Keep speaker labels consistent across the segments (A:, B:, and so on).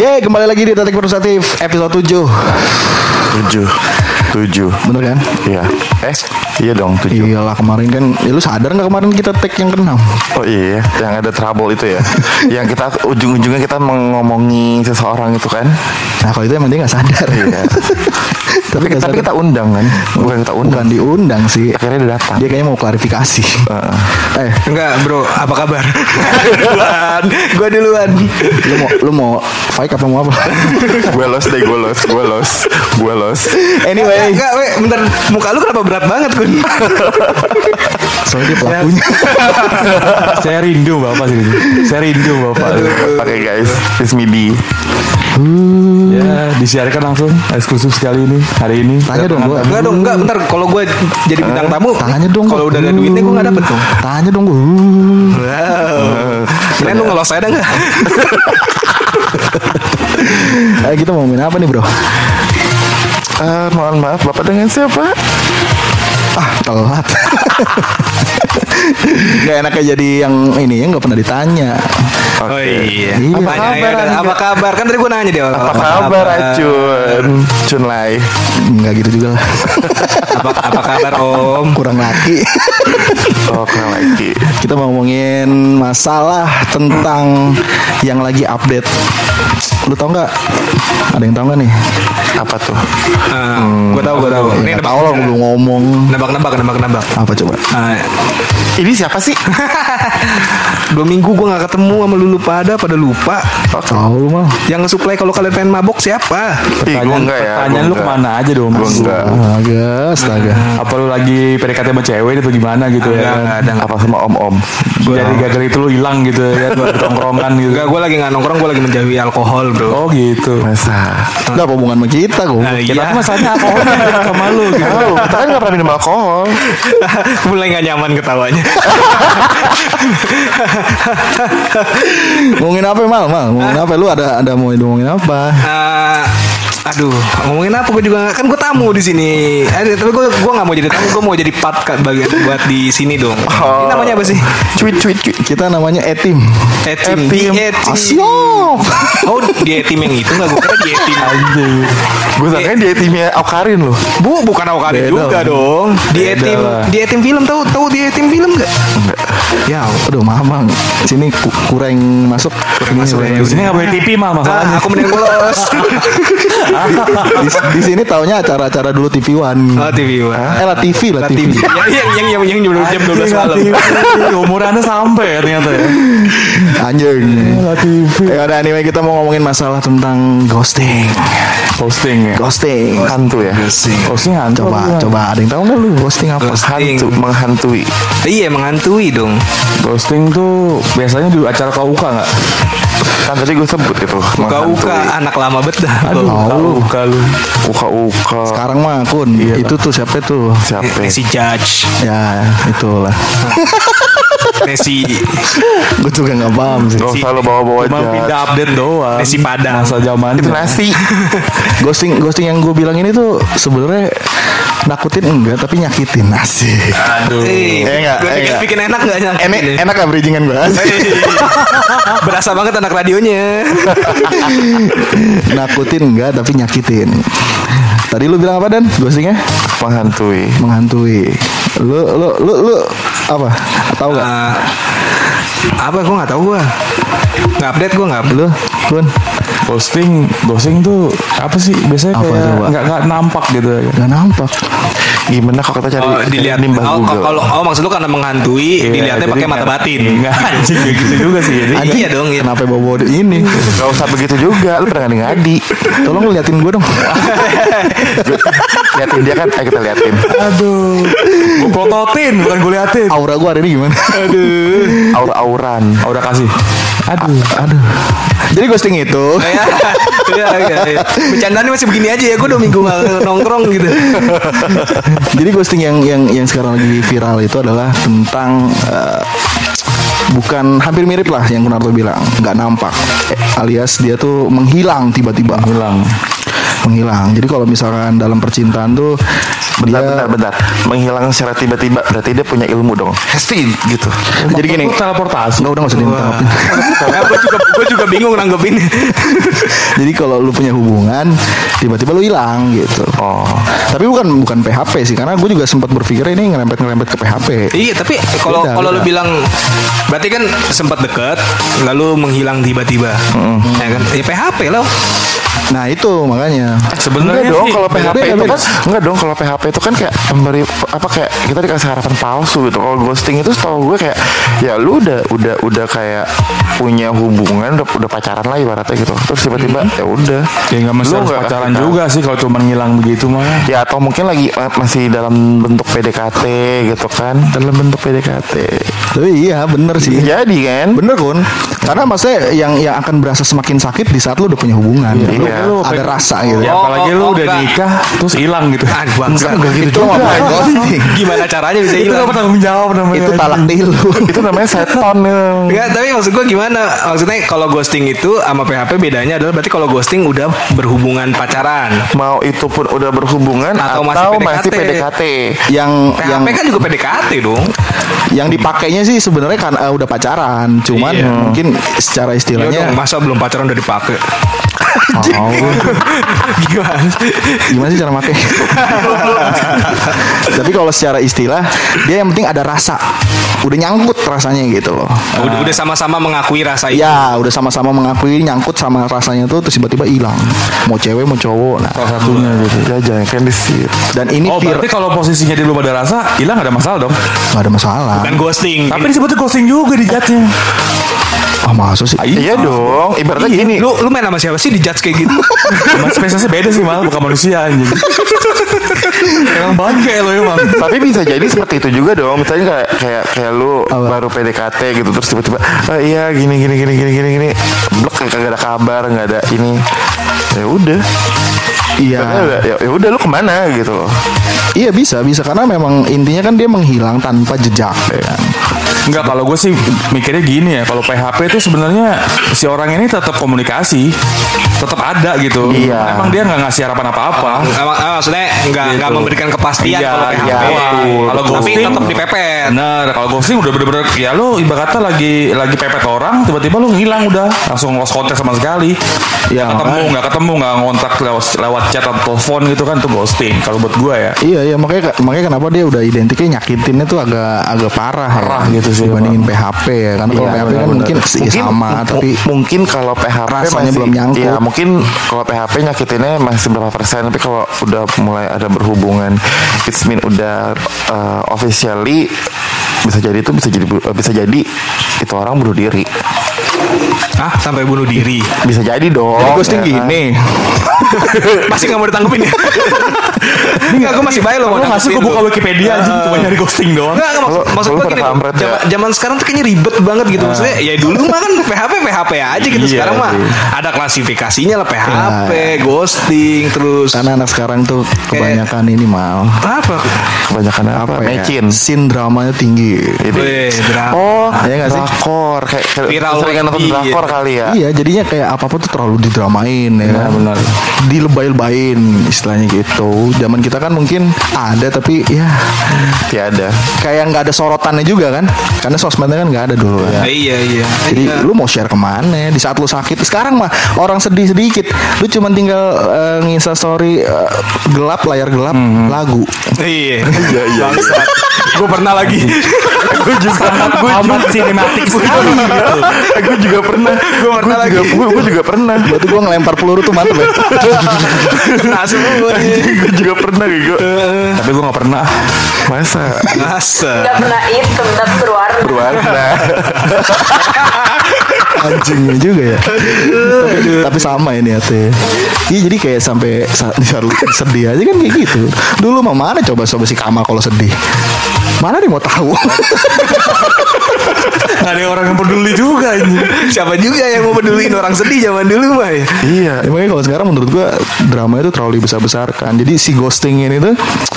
A: Yeay, kembali lagi di Detektif Persuasif episode 7.
B: Tujuh Tujuh
A: Bener kan?
B: Iya Eh Iya dong tujuh
A: Iyalah kemarin kan, ya lu sadar nggak kemarin kita tag yang keenam? Nah,
B: Oh iya Yang ada trouble itu ya Yang kita Ujung-ujungnya kita mengomongi Seseorang itu kan
A: Nah kalau itu emang dia nggak sadar.
B: Iya
A: tapi
B: Tapi,
A: nggak
B: tapi
A: sadar.
B: kita undang kan Bukan kita undang
A: Bukan diundang sih.
B: Akhirnya dia datang
A: Dia kayaknya mau klarifikasi.
B: Heeh.
A: eh,
C: Enggak bro, apa kabar? duluan, gue duluan.
A: lu mau lu mau fight apa mau apa?
B: Gue los deh Gue los Gue los Gue los
C: Anyway,
A: anyway,
C: Eh, enggak, we, bentar muka lu kenapa berat banget kun?
A: soalnya dia pelakunya.
D: saya rindu bapak sih saya rindu bapak
B: Oke guys It's me Eh, D
D: ya disiarkan langsung eksklusif sekali ini hari ini
A: Tanya dong gua.
C: Enggak dong, enggak. Bentar, kalau gue jadi bintang tamu,
A: Tanya dong.
C: Kalau
A: gua.
C: udah ada duitnya gue nggak dapet dong.
A: Tanya dong gua.
C: Wow. Ini lu ngelos saya enggak?
A: Eh, kita mau main apa nih bro?
B: Eh, Mohon maaf Bapak dengan siapa?
A: Ah, telat. gak enaknya jadi yang ini ya nggak pernah ditanya.
C: Oh iya.
A: Iya.
C: Apa kabar? Apa kabar? Kan tadi gue nanya dia.
B: Apa kabar Acun? Cun Lai
A: Nggak gitu juga lah.
C: Apa, apa kabar Om?
A: Kurang laki.
B: Oh kurang lagi
A: Kita mau ngomongin masalah tentang yang lagi update. Lu tau nggak? Ada yang tau nggak nih?
B: Apa tuh?
C: gue Ah, tahu, gue tahu.
A: Ini tau lah, gue belum ngomong.
C: Nebak-nebak, nebak-nebak.
A: Apa coba?
C: Eh,
B: Ini siapa sih?
C: dua minggu gue nggak ketemu sama lu pada pada lupa
A: Tau lu mah.
C: yang supply kalau kalian pengen mabok siapa
B: Ih, gua
D: pertanyaan,
B: enggak ya,
D: pertanyaan
B: gua
D: lu
B: enggak.
D: kemana aja dong
B: Gue
D: mas
B: enggak
A: Astaga, astaga.
D: apa lu lagi PDKT sama cewek atau gimana gitu ya
C: Enggak, enggak ada.
B: Apa sama om-om?
D: jadi gagal itu lu hilang gitu ya lu ada tongkrongan gitu
C: Enggak, gue lagi nggak nongkrong, gue lagi menjauhi alkohol, bro.
D: oh gitu
B: Masa?
A: Nggak apa hubungan sama kita, gue.
C: Nah,
D: kita
C: iya.
D: tuh masalahnya alkoholnya deket Ah, sama lu gitu
B: Tahu, kita kan gak pernah minum alkohol.
C: Mulai nggak nyaman ketawanya.
A: Ngomongin apa, Mal? Mal, ngomongin apa? Lu ada ada mau ngomongin apa?
C: Eh, aduh, ngomongin apa? Gue juga nggak- kan gue tamu di sini. Aduh, tapi gue gue nggak mau jadi tamu, gue mau jadi part ka- bagian buat di sini dong.
B: Oh.
C: Ini namanya apa sih?
A: Cuit, cuit, cuit. Kita namanya Etim.
C: Etim.
B: Etim.
C: Di Etim.
A: Asyik.
C: Oh, di etim yang itu nggak? Gue kira di etim.
D: Anjing.
B: Gue sangka dia timnya Aukarin loh.
C: Bu, bukan awal
A: Beda
C: juga
A: lah.
C: dong. Di
B: E
D: Beda
C: etim,
D: lah.
C: di etim film tahu tahu di etim film nggak?
A: Ya, aduh maaf bang, sini ku- kurang masuk. Ini,
C: masuk
A: Bang.
C: ya,
D: di sini nggak boleh tipi
B: Nah,
D: mah
C: Ah,
D: masalahnya
C: aku mending bolos.
A: Di, di sini taunya acara-acara dulu TV One.
C: Oh, TV One.
A: Eh lah TV lah TV.
C: TV. yang yang yang yang jam 12 malam.
D: Anjing, Latifi. umur anda sampai ya ternyata ya
A: Anjing.
D: Latifi.
A: Ya udah anyway kita mau ngomongin masalah tentang ghosting.
D: posting ya
A: Ghosting. Kan
B: Hantu ya?
D: posting hantu
A: Coba
D: apa?
A: coba ada yang tahu nggak lu ghosting apa?
B: Hantu, menghantui.
C: Iya menghantui dong.
D: Ghosting tuh biasanya di acara KUK nggak?
B: Kan tadi gue sebut itu.
C: Uka-uka anak lama bet dah.
A: Tahu lu.
D: KUK lu.
B: Uka-uka.
A: Sekarang mah kun, itu tuh siapa tuh?
B: Siapa?
D: Eh,
C: Messi Judge,
A: Ya itulah.
C: Messi
A: Gue juga nggak paham sih.
B: Gak usah lo bawa-bawa
D: Cuma pindah
B: aja.
D: update doang.
C: Nasi Padang.
D: Masa zaman
B: Itu nasi.
A: Ghosting ghosting yang gue bilang ini tuh sebenarnya nakutin enggak tapi nyakitin asik.
D: Aduh.
C: Eh,
B: Eh, enggak,
C: gua
B: eh,
C: bikin,
B: enggak.
C: bikin enak nggak enak?
B: Enak, enak gak bridgingan gue?
C: Berasa banget anak radionya.
A: nakutin enggak tapi nyakitin tadi lu bilang apa dan ghostingnya
B: menghantui.
A: menghantui lu lu lu, lu apa tahu nggak
C: Eh, apa gua nggak tahu gua. Nggak update gua nggak. update.
A: lu kun
D: Ghosting, ghosting tuh apa sih? Biasanya
A: Apa
D: kayak
A: coba?
D: nggak nggak nampak gitu. ya.
A: nggak nampak
B: Gimana kalau kita cari
C: Oh, dilihat
B: nimbah
C: oh,
B: Google?
C: kalau oh maksud lu karena menghantui dilihatnya
D: jadi
C: pakai mata
D: nggak-
C: batin.
D: Nggak anjing kayak gitu juga sih. Jadi
C: Anjing. Iya dong, iya.
A: kenapa bawa bawa ini
B: Gak usah begitu juga, lu pernah ngadi
A: tolong lu liatin gue dong
B: Liatin dia kan, ayo kita liatin
D: aduh. Gue plototin bukan gue liatin.
A: aura gue hari ini gimana
B: Aura-auran
D: Oh, udah kasih. Aduh.
A: aduh jadi ghosting itu
C: Ya, ya, ya, ya. Bercandaannya masih begini aja ya, gua dua minggu nggak nongkrong gitu.
A: jadi ghosting yang yang yang sekarang lagi viral itu adalah tentang eh, bukan hampir mirip lah yang Kunarto bilang nggak nampak Eh, alias dia tuh menghilang tiba-tiba
D: Hilang.
A: menghilang. Jadi kalau misalkan dalam percintaan tuh
B: Bentar,
A: Dia-
B: bentar, bentar. Menghilang secara tiba-tiba berarti dia punya ilmu dong. Hesti gitu.
A: Jadi gini.
D: teleportasi.
A: Nggak udah nggak usah ditanggapin.
C: gue juga gue juga bingung nanggepin.
A: Jadi kalau lu punya hubungan tiba-tiba lu hilang gitu.
B: Oh.
A: Tapi bukan bukan PHP sih karena gue juga sempat berpikir ini ngerempet-ngerempet ke PHP.
C: iya tapi kalau
A: Beda,
C: kalau lu
A: beda.
C: bilang berarti kan sempat dekat lalu menghilang tiba-tiba. Ya kan? Ya PHP lo.
A: Nah, itu makanya.
B: Enggak
D: Eh, Sebenarnya
B: dong
D: sih,
B: kalau
A: beda
B: PHP
A: beda
B: itu kan
A: beda.
B: enggak dong kalau PHP itu kan kayak memberi apa kayak kita dikasih harapan palsu gitu. Kalau ghosting itu setahu gue kayak ya lu udah udah udah kayak punya hubungan udah, udah pacaran lah ibaratnya gitu. Terus tiba-tiba ya udah.
D: ya nggak mesti
B: Lu
D: harus
B: nggak
D: pacaran
B: kasih
D: juga sih kalau cuma ngilang begitu mah.
B: Ya atau mungkin lagi eh, masih dalam bentuk PDKT gitu kan Dalam bentuk PDKT
A: Tapi iya bener sih.
B: Jadi kan
A: Bener kon, karena maksudnya yang yang akan berasa semakin sakit di saat lu udah punya hubungan,
B: Iya.
A: Lu- lu ada rasa gitu.
D: Ya
C: Oh, oh,
D: apalagi lu
C: oh,
D: udah
C: enggak.
D: nikah terus hilang gitu.
C: Ah, bangsa.
A: Enggak gitu juga.
B: enggak,
A: Bang.
C: Gimana caranya bisa
D: Itu
C: hilang?
D: nggak bertanggung jawab namanya.
A: Itu talak nilu.
B: Itu namanya seton ya.
C: Enggak, tapi maksud gue gimana? Maksudnya kalau ghosting itu sama PHP bedanya adalah berarti kalau ghosting udah berhubungan pacaran.
B: Mau itu pun udah berhubungan
C: Atau
B: Atau,
C: masih
B: masih
C: PDKT.
B: PDKT,
A: yang
C: PHP
A: yang
C: kan juga PDKT dong.
A: yang dipakainya sih sebenarnya kan eh, udah pacaran, cuman
C: Iya.
A: mungkin secara
C: Ya
D: Iya,
C: dong,
A: istilahnya
C: masa belum pacaran udah dipakai?
D: Oh.
C: gimana?
A: gimana sih cara make? Tapi kalau secara istilah dia yang penting ada rasa, udah nyangkut rasanya gitu loh.
D: Ah.
C: Udah, udah sama-sama mengakui rasa
D: Iya,
C: itu.
A: Ya udah sama-sama mengakui nyangkut sama rasanya tuh terus tiba-tiba hilang. Mau cewek mau cowok. Nah,
D: Salah satunya gitu.
B: Ya jangan kan di situ.
A: dan ini
D: Oh
A: vir
D: berarti kalau posisinya dia belum ada rasa hilang ada masalah dong.
C: Iya.
A: nggak ada masalah.
C: Bukan ghosting.
D: Tapi disebutnya ghosting juga di jatnya.
A: Ah masa sih?
B: Iya dong Ibaratnya
C: Iya,
B: gini
C: Lu lu main sama siapa sih di judge kayak gitu?
D: Cuma spesiesnya beda sih mal bukan manusia anjing. emang bangke lo emang.
B: tapi bisa jadi seperti itu juga dong misalnya kayak kayak kayak lu baru PDKT gitu terus tiba-tiba "Ah, iya gini gini gini gini gini gini blok kayak kagak ada kabar nggak ada ini ya udah Padahal
A: Iya.
B: udah- ya ya udah lu kemana gitu loh
A: Iya bisa bisa karena memang intinya kan dia menghilang tanpa jejak. ya
D: Iya.
A: kan?
D: Enggak kalau gue sih mikirnya gini ya kalau PHP itu sebenarnya si orang ini tetap komunikasi, tetap ada gitu.
B: Iya.
D: Emang dia nggak ngasih harapan apa-apa.
C: Mak- ah, maksudnya nggak nggak
D: Gitu.
C: memberikan kepastian
D: Iya,
C: kalau PHP.
D: iya, betul,
C: kalau
D: betul.
C: tapi tetap dipepet.
D: Bener, kalau ghosting udah bener-bener ya lo ibarat kata lagi lagi pepet orang, tiba-tiba lo ngilang udah, langsung lost contact sama sekali.
A: Ya,
D: Ya, ketemu
A: makanya.
D: nggak ketemu nggak ngontak lewat lewat chat atau telepon gitu kan tuh ghosting kalau buat gue ya.
A: Iya iya makanya makanya kenapa dia udah identiknya nyakitinnya tuh agak agak parah, ya.
D: Parah Iya, gitu sih,
A: dibandingin PHP ya karena kalau PHP kan mungkin, sih sama
B: mu-
A: tapi
B: mungkin kalau PHP
A: rasanya
B: masih,
A: belum nyangkut.
B: Iya, mungkin kalau PHP nyakitinnya masih berapa persen, tapi kalau udah mulai ada berhubungan, it's mean udah uh, officially bisa jadi itu bisa jadi bu- uh, bisa jadi itu orang bunuh diri.
C: Ah, sampai bunuh diri.
B: Bisa jadi dong.
A: Jadi ghosting
D: Iya
B: ya kan?
A: gini.
C: masih nggak mau ditanggepin ya? Enggak, gue masih baik loh mau
D: Lo ngasih gue
C: tanggepin
D: buka
C: lu.
D: Wikipedia aja cuma nyari ghosting doang.
C: Enggak, enggak, maksud,
B: Lu-
C: maksud
B: lu
C: gue
B: pada
C: gini loh,
B: kampret ya? Ah.
C: zaman, zaman sekarang tuh kayaknya ribet banget gitu Maksudnya ya dulu mah kan PHP PHP aja gitu
D: Iya
C: Sekarang mah
D: sih.
C: ada klasifikasinya lah PHP, ghosting, terus
A: karena anak sekarang tuh
D: Eh.
A: kebanyakan ini mal
C: Apa?
B: Kebanyakan apa?
A: ya?
B: Mecin.
A: sindramanya tinggi.
D: Iya.
B: Jadi-
C: Weh, drama.
B: Oh,
A: Iya nggak sih?
B: drakor kayak kayak
C: Viral
B: seringan nonton
C: lagi,
B: drakor
C: iya.
B: kali ya.
A: Iya jadinya kayak apa apa tuh terlalu didramain ya kan?
D: benar.
A: dilebay-lebayin istilahnya gitu. Zaman kita kan mungkin ada tapi ya
B: Tiada.
A: kayak nggak ada sorotannya juga kan karena sosmednya kan nggak ada dulu kan.
C: Nah, iya, iya
A: Jadi
C: Iya.
A: lu mau share kemana di saat lu sakit sekarang mah orang sedih sedikit lu cuman tinggal eh, nginsta story eh, gelap layar gelap
B: Hmm.
A: lagu
C: Iya, iya, iya. Gue pernah lagi.
B: gue juga gue
D: Amat sinematik sekali.
C: gitu.
B: gue juga pernah gue pernah lagi gue juga pernah
A: Gitu. berarti gua ngelempar peluru tuh mantep ya
C: Kena Nah, semua gua nih.
B: gue juga pernah gue
D: Tapi gue nggak pernah.
B: masa
C: Masa.
E: Gak pernah hitam tapi berwarna.
B: berwarna
A: anjingnya juga ya tapi, tapi sama ini ya teh iya jadi kayak sampai saat di saat lu sedih aja kan kayak gitu dulu mah mana coba coba si Kamal kalau sedih mana dia mau tahu
D: Nggak ada orang yang peduli juga ini.
C: Siapa juga yang mau peduliin orang sedih zaman dulu mah ya.
A: Iya, ya, makanya kalau sekarang menurut gua drama itu terlalu dibesar-besarkan. Jadi si ghosting ini tuh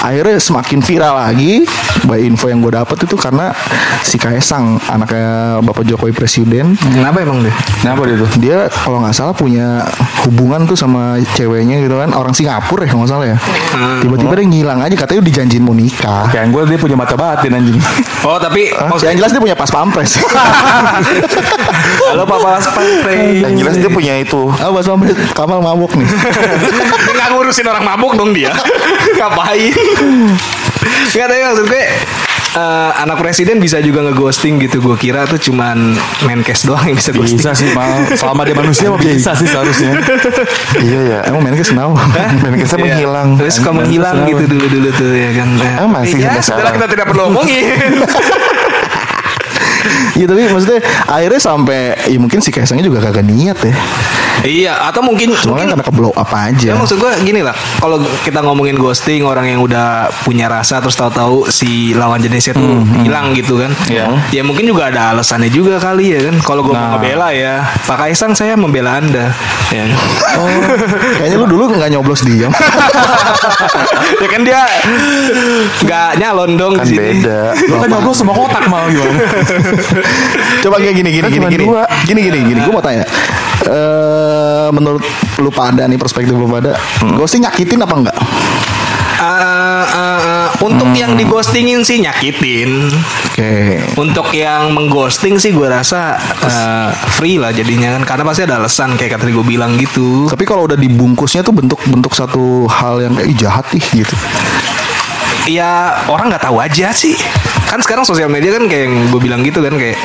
A: akhirnya semakin viral lagi. By info yang gua dapet itu karena si Kaisang anaknya Bapak Jokowi Presiden,
C: Kenapa emang deh?
D: Kenapa dia tuh?
A: dia kalau nggak salah punya hubungan tuh sama ceweknya gitu kan orang Singapura ya kalau nggak salah ya
C: Hmm.
A: tiba-tiba dia ngilang aja katanya udah janjiin mau nikah
D: Kayak gue dia punya mata batin anjing.
C: Oh tapi
A: Maksud- yang jelas dia punya pas pampres
C: Halo Papa Spray.
B: Yang jelas dia punya itu.
A: ah pas pampres Kamal mabuk nih
C: Enggak ngurusin orang mabuk dong dia. Ngapain? Enggak tapi maksud gue eh, anak presiden bisa juga ngeghosting gitu gue kira tuh cuman menkes doang yang bisa ghosting
D: Bisa sih, mal. Selama dia manusia mah bisa sih seharusnya.
B: Iya ya.
A: emang mainnya kenapa
B: Menkesnya
C: Iya.
B: menghilang.
C: Terus suka menghilang
D: terus
C: gitu dulu dulu tuh ya kan.
B: Eh, masih
C: ya,
B: sampai
C: setelah
B: sekarang.
C: kita tidak perlu omongin.
A: Iya tapi maksudnya akhirnya sampai ya mungkin si Kaisangnya juga kagak niat ya.
C: iya atau mungkin
A: Cuma kan
C: mungkin
A: karena keblow up aja.
C: Ya
B: Iya.
C: maksud gue gini lah, kalau kita ngomongin ghosting orang yang udah punya rasa terus tahu-tahu si lawan jenisnya tuh
B: Hmm,
C: hilang gitu kan.
B: Iya.
C: Ya mungkin juga ada alasannya juga kali ya kan. Kalau gue
B: Nah.
C: mau ngebela ya, Pak Kaisang saya membela Anda. Ya, kan?
B: Oh.
A: Kayaknya lu dulu nggak nyoblos dia.
C: Ya kan dia nggak nyalon dong
B: Kan
C: di sini.
B: beda.
D: Lu kan nyoblos sama kotak mal gimana?
A: Coba kayak gini gini
B: Kan
A: gini
B: cuma
A: gini.
B: dua.
A: Gini gini gini. Gue mau tanya. Eh menurut lu pada nih perspektif lu pada, ghosting nyakitin apa enggak?
C: Ah, ah, ah.
B: Hmm.
C: untuk yang dighostingin sih nyakitin.
A: Oke.
C: Untuk yang mengghosting sih gue rasa eh, free lah jadinya kan karena pasti ada alasan kayak kata gue bilang gitu.
A: Tapi kalau udah dibungkusnya tuh bentuk-bentuk satu hal yang kayak "Ih, jahat nih gitu.
C: ya orang nggak tahu aja sih kan sekarang sosial media kan kayak yang gue bilang gitu kan kayak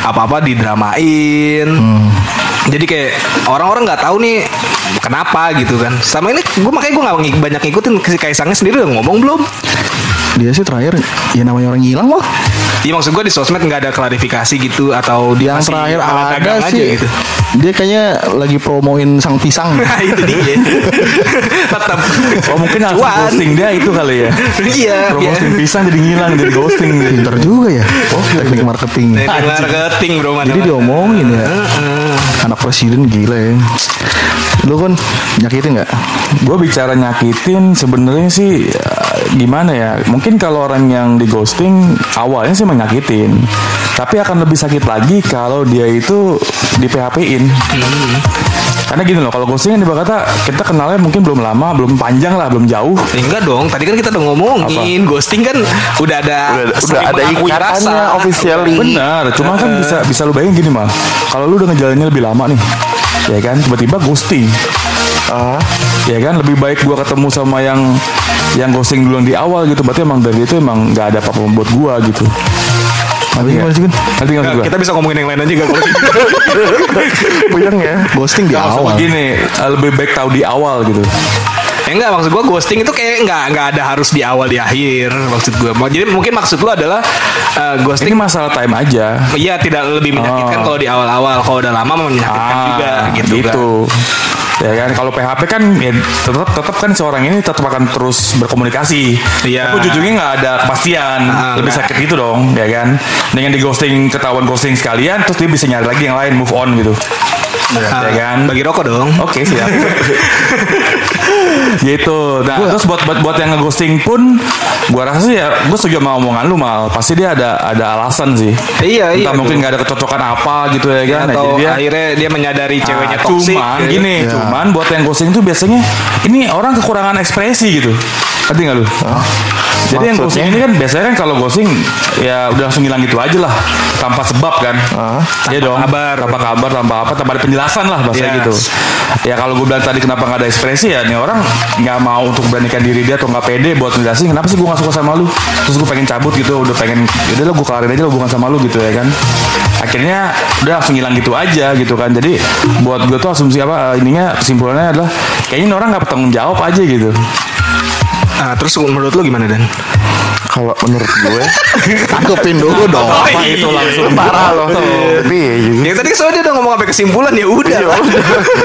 C: apa apa didramain
A: Hmm.
C: jadi kayak orang-orang nggak tahu nih kenapa gitu kan sama ini gue makanya gue nggak ngik- banyak ngikutin si kaisangnya sendiri udah ngomong belum
A: Dia sih terakhir ya namanya orang hilang loh.
C: Iya maksud gue di sosmed nggak ada klarifikasi gitu atau dia
A: Yang
C: masih
A: terakhir
C: alat
A: ada
C: dagang
A: sih.
C: gitu.
A: Dia kayaknya lagi promoin sang pisang.
C: Nah itu dia Tetap
D: Oh mungkin alasan
C: Cuan.
D: ghosting dia itu kali ya.
C: Iya biar-
D: Promosi pisang jadi ngilang jadi ghosting.
A: Pinter juga ya. teknik marketing.
C: Teknik marketing bro mana
A: Jadi diomongin ya. Anak presiden gila ya. Lu kan nyakitin nggak?
D: Gue bicara nyakitin sebenarnya sih ya, gimana ya? Mungkin kalau orang yang di ghosting awalnya sih menyakitin, tapi akan lebih sakit lagi kalau dia itu di PHP-in. Karena gini loh, kalau ghosting kan ibarat kata kita kenalnya mungkin belum lama, belum panjang lah, belum jauh.
C: Ya, enggak dong, tadi kan kita udah ngomongin ghosting kan udah ada
B: Udah, udah
C: saling
B: ada
C: mengakui
B: ikatannya
C: rasa.
B: officially.
D: Benar, cuma kan bisa bisa lu bayangin gini mah. Kalau lu udah ngejalannya lebih lama nih, ya kan tiba-tiba ghosting.
B: Ah,
D: ya kan lebih baik gua ketemu sama yang yang ghosting duluan di awal gitu berarti emang dari itu emang nggak ada apa-apa buat gua gitu
A: Tapi gimana sih kan?
D: nanti nggak
C: Nah,
D: gua
C: kita bisa ngomongin yang lain aja gak?
B: puyeng ya.
A: Ghosting di
D: Maksud
A: awal.
D: gini eh, lebih baik tahu di awal gitu
C: ya enggak maksud gua ghosting itu kayak enggak enggak ada harus di awal di akhir maksud gua. Mau- Jadi mungkin maksud lu adalah eh,
D: ini
C: ghosting
D: masalah time aja
C: Iya tidak lebih menyakitkan
D: Oh. Ah,
C: kalau di awal-awal kalau udah lama memang menyakitkan juga gitu, kan.
D: ya kan kalau PHP kan ya tetap tetap kan seorang ini tetap akan terus berkomunikasi
C: Iya.
D: tapi ujungnya nggak ada kepastian
C: Ah,
D: lebih
C: nggak.
D: sakit gitu dong ya kan dengan di ghosting ketahuan ghosting sekalian terus dia bisa nyari lagi yang lain move on gitu
C: Ah,
D: ya kan
C: Bagi rokok dong.
D: Oke siap. gitu. Nah, terus buat buat buat yang ngeghosting pun gua rasa sih ya gua setuju sama omongan lu mal. Pasti dia ada ada alasan sih.
C: Iya, iya,
D: Entah mungkin
C: tuh.
D: nggak ada kecocokan apa gitu ya kan. Nah,
C: Atau
D: jadi dia-
C: akhirnya dia menyadari
D: Ah,
C: ceweknya toksik.
D: cuman
C: ya.
D: gini,
A: Ya.
D: cuman buat yang ghosting tuh biasanya ini orang kekurangan ekspresi gitu. Ngerti nggak lu? Jadi yang ghosting ini kan biasanya kan kalau ghosting ya udah langsung hilang gitu aja lah tanpa sebab kan. Iya dong. Kabar. Tanpa kabar, tanpa apa, tanpa ada penjelasan lah bahasa
C: Yes.
D: gitu. Ya kalau gue bilang tadi kenapa nggak ada ekspresi ya nih orang nggak mau untuk beranikan diri dia atau nggak pede buat ngejelasin kenapa sih gue nggak suka sama lu. Terus gue pengen cabut gitu, udah pengen udah lah gue kelarin aja lah hubungan sama lu gitu ya kan. Akhirnya udah langsung hilang gitu aja gitu kan. Jadi buat gue tuh asumsi apa eh, ininya kesimpulannya adalah kayaknya ini orang nggak bertanggung jawab aja gitu.
C: Ah, terus menurut lu gimana Dan?
B: Kalau menurut gue
A: Tanggepin dulu dong.
D: Apa itu langsung
B: parah loh. Tapi ya juga.
C: Ya tadi soalnya dia udah ngomong sampai kesimpulan ya udah.
D: Iya,
C: lah.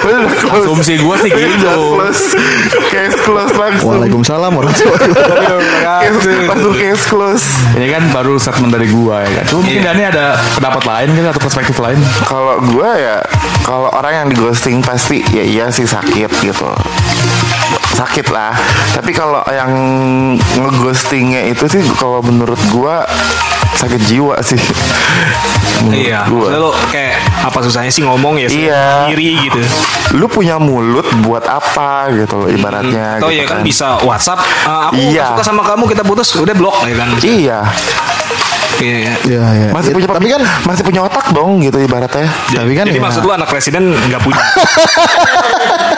B: Bener, close.
D: asumsi gue sih
B: Udah
D: gitu.
B: close. Case close langsung.
A: Waalaikumsalam warahmatullahi wabarakatuh.
B: Case, langsung case close.
D: Ini kan baru statement dari gua ya kan. Cuma mungkin Dani ada pendapat lain kan atau perspektif lain.
B: Kalau gue ya, kalau orang yang di ghosting pasti ya iya sih sakit gitu. Sakit lah. Tapi kalau yang ngeghostingnya itu sih kalau menurut gue sakit jiwa sih Menurut
C: Iya.
B: gua.
C: Lalu kayak apa susahnya sih ngomong ya
B: Iya.
C: sendiri gitu.
B: lu punya mulut buat apa gitu loh ibaratnya
C: Tahu
B: gitu
C: ya kan bisa WhatsApp. "Eh, aku nggak
B: Iya.
C: suka sama kamu kita putus udah blok ya kan.
B: iya
C: Iya. iya.
A: Iya, iya.
B: masih punya
A: tapi kan
B: masih punya otak dong gitu ibaratnya
A: tapi kan
C: Jadi
A: ya,
C: maksud lu anak presiden nggak punya.